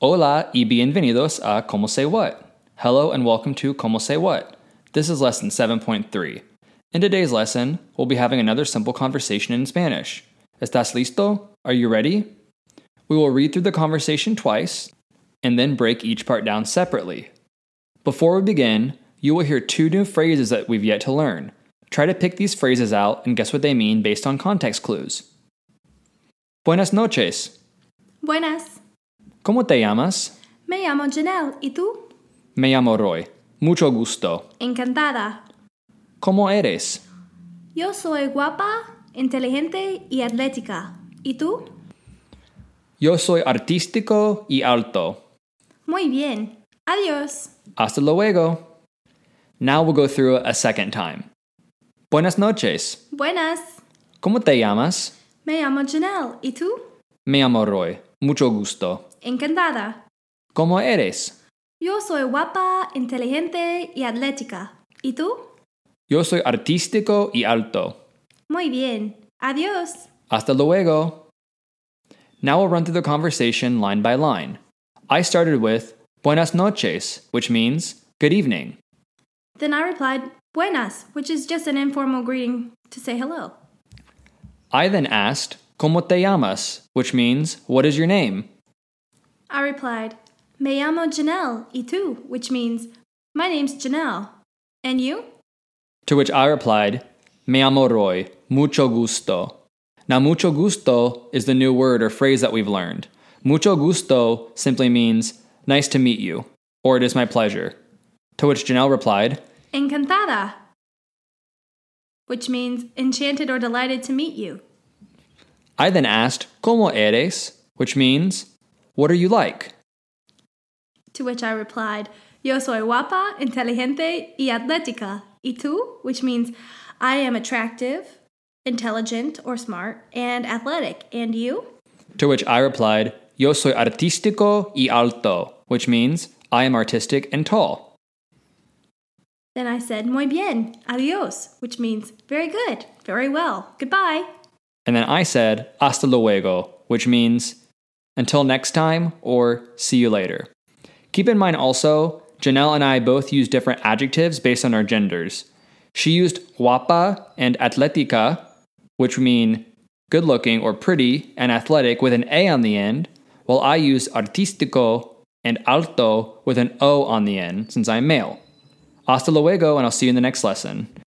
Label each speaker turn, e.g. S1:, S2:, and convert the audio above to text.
S1: Hola y bienvenidos a Como Say What. Hello and welcome to Como Say What. This is lesson 7.3. In today's lesson, we'll be having another simple conversation in Spanish. ¿Estás listo? Are you ready? We will read through the conversation twice and then break each part down separately. Before we begin, you will hear two new phrases that we've yet to learn. Try to pick these phrases out and guess what they mean based on context clues. Buenas noches.
S2: Buenas,
S1: ¿Cómo te llamas?
S2: me llamo Janelle. ¿Y tú?
S1: Me llamo Roy. Mucho gusto.
S2: Encantada.
S1: ¿Cómo eres?
S2: Yo soy guapa, inteligente y atlética. ¿Y tú?
S1: Yo soy artístico y alto.
S2: Muy bien. Adiós.
S1: Hasta luego. Now we'll go through it a second time. Buenas noches.
S2: Buenas,
S1: ¿Cómo te llamas?
S2: me llamo Janelle. ¿Y tú?
S1: Me llamo Roy. Mucho gusto.
S2: Encantada.
S1: ¿Cómo eres?
S2: Yo soy guapa, inteligente y atlética. ¿Y tú?
S1: Yo soy artístico y alto.
S2: Muy bien. Adiós.
S1: Hasta luego. Now we'll run through the conversation line by line. I started with Buenas noches, which means good evening.
S2: Then I replied, Buenas, which is just an informal greeting to say hello.
S1: I then asked Como te llamas, which means what is your name?
S2: I replied, Me llamo Janelle. ¿Y tú? Which means, My name's Janelle. And you?
S1: To which I replied, Me llamo Roy, mucho gusto. Now, mucho gusto is the new word or phrase that we've learned. Mucho gusto simply means nice to meet you, or it is my pleasure. To which Janelle replied,
S2: Encantada, which means enchanted or delighted to meet you.
S1: I then asked, Como eres? which means, What are you like?
S2: To which I replied, Yo soy guapa, inteligente y atlética. Y tú? Which means, I am attractive, intelligent or smart, and athletic. And you?
S1: To which I replied, Yo soy artístico y alto, which means, I am artistic and tall.
S2: Then I said, Muy bien, adios, which means, Very good, very well, goodbye.
S1: And then I said, hasta luego, which means until next time or see you later. Keep in mind also, Janelle and I both use different adjectives based on our genders. She used guapa and atletica, which mean good looking or pretty and athletic with an A on the end, while I use artístico and alto with an O on the end since I'm male. Hasta luego, and I'll see you in the next lesson.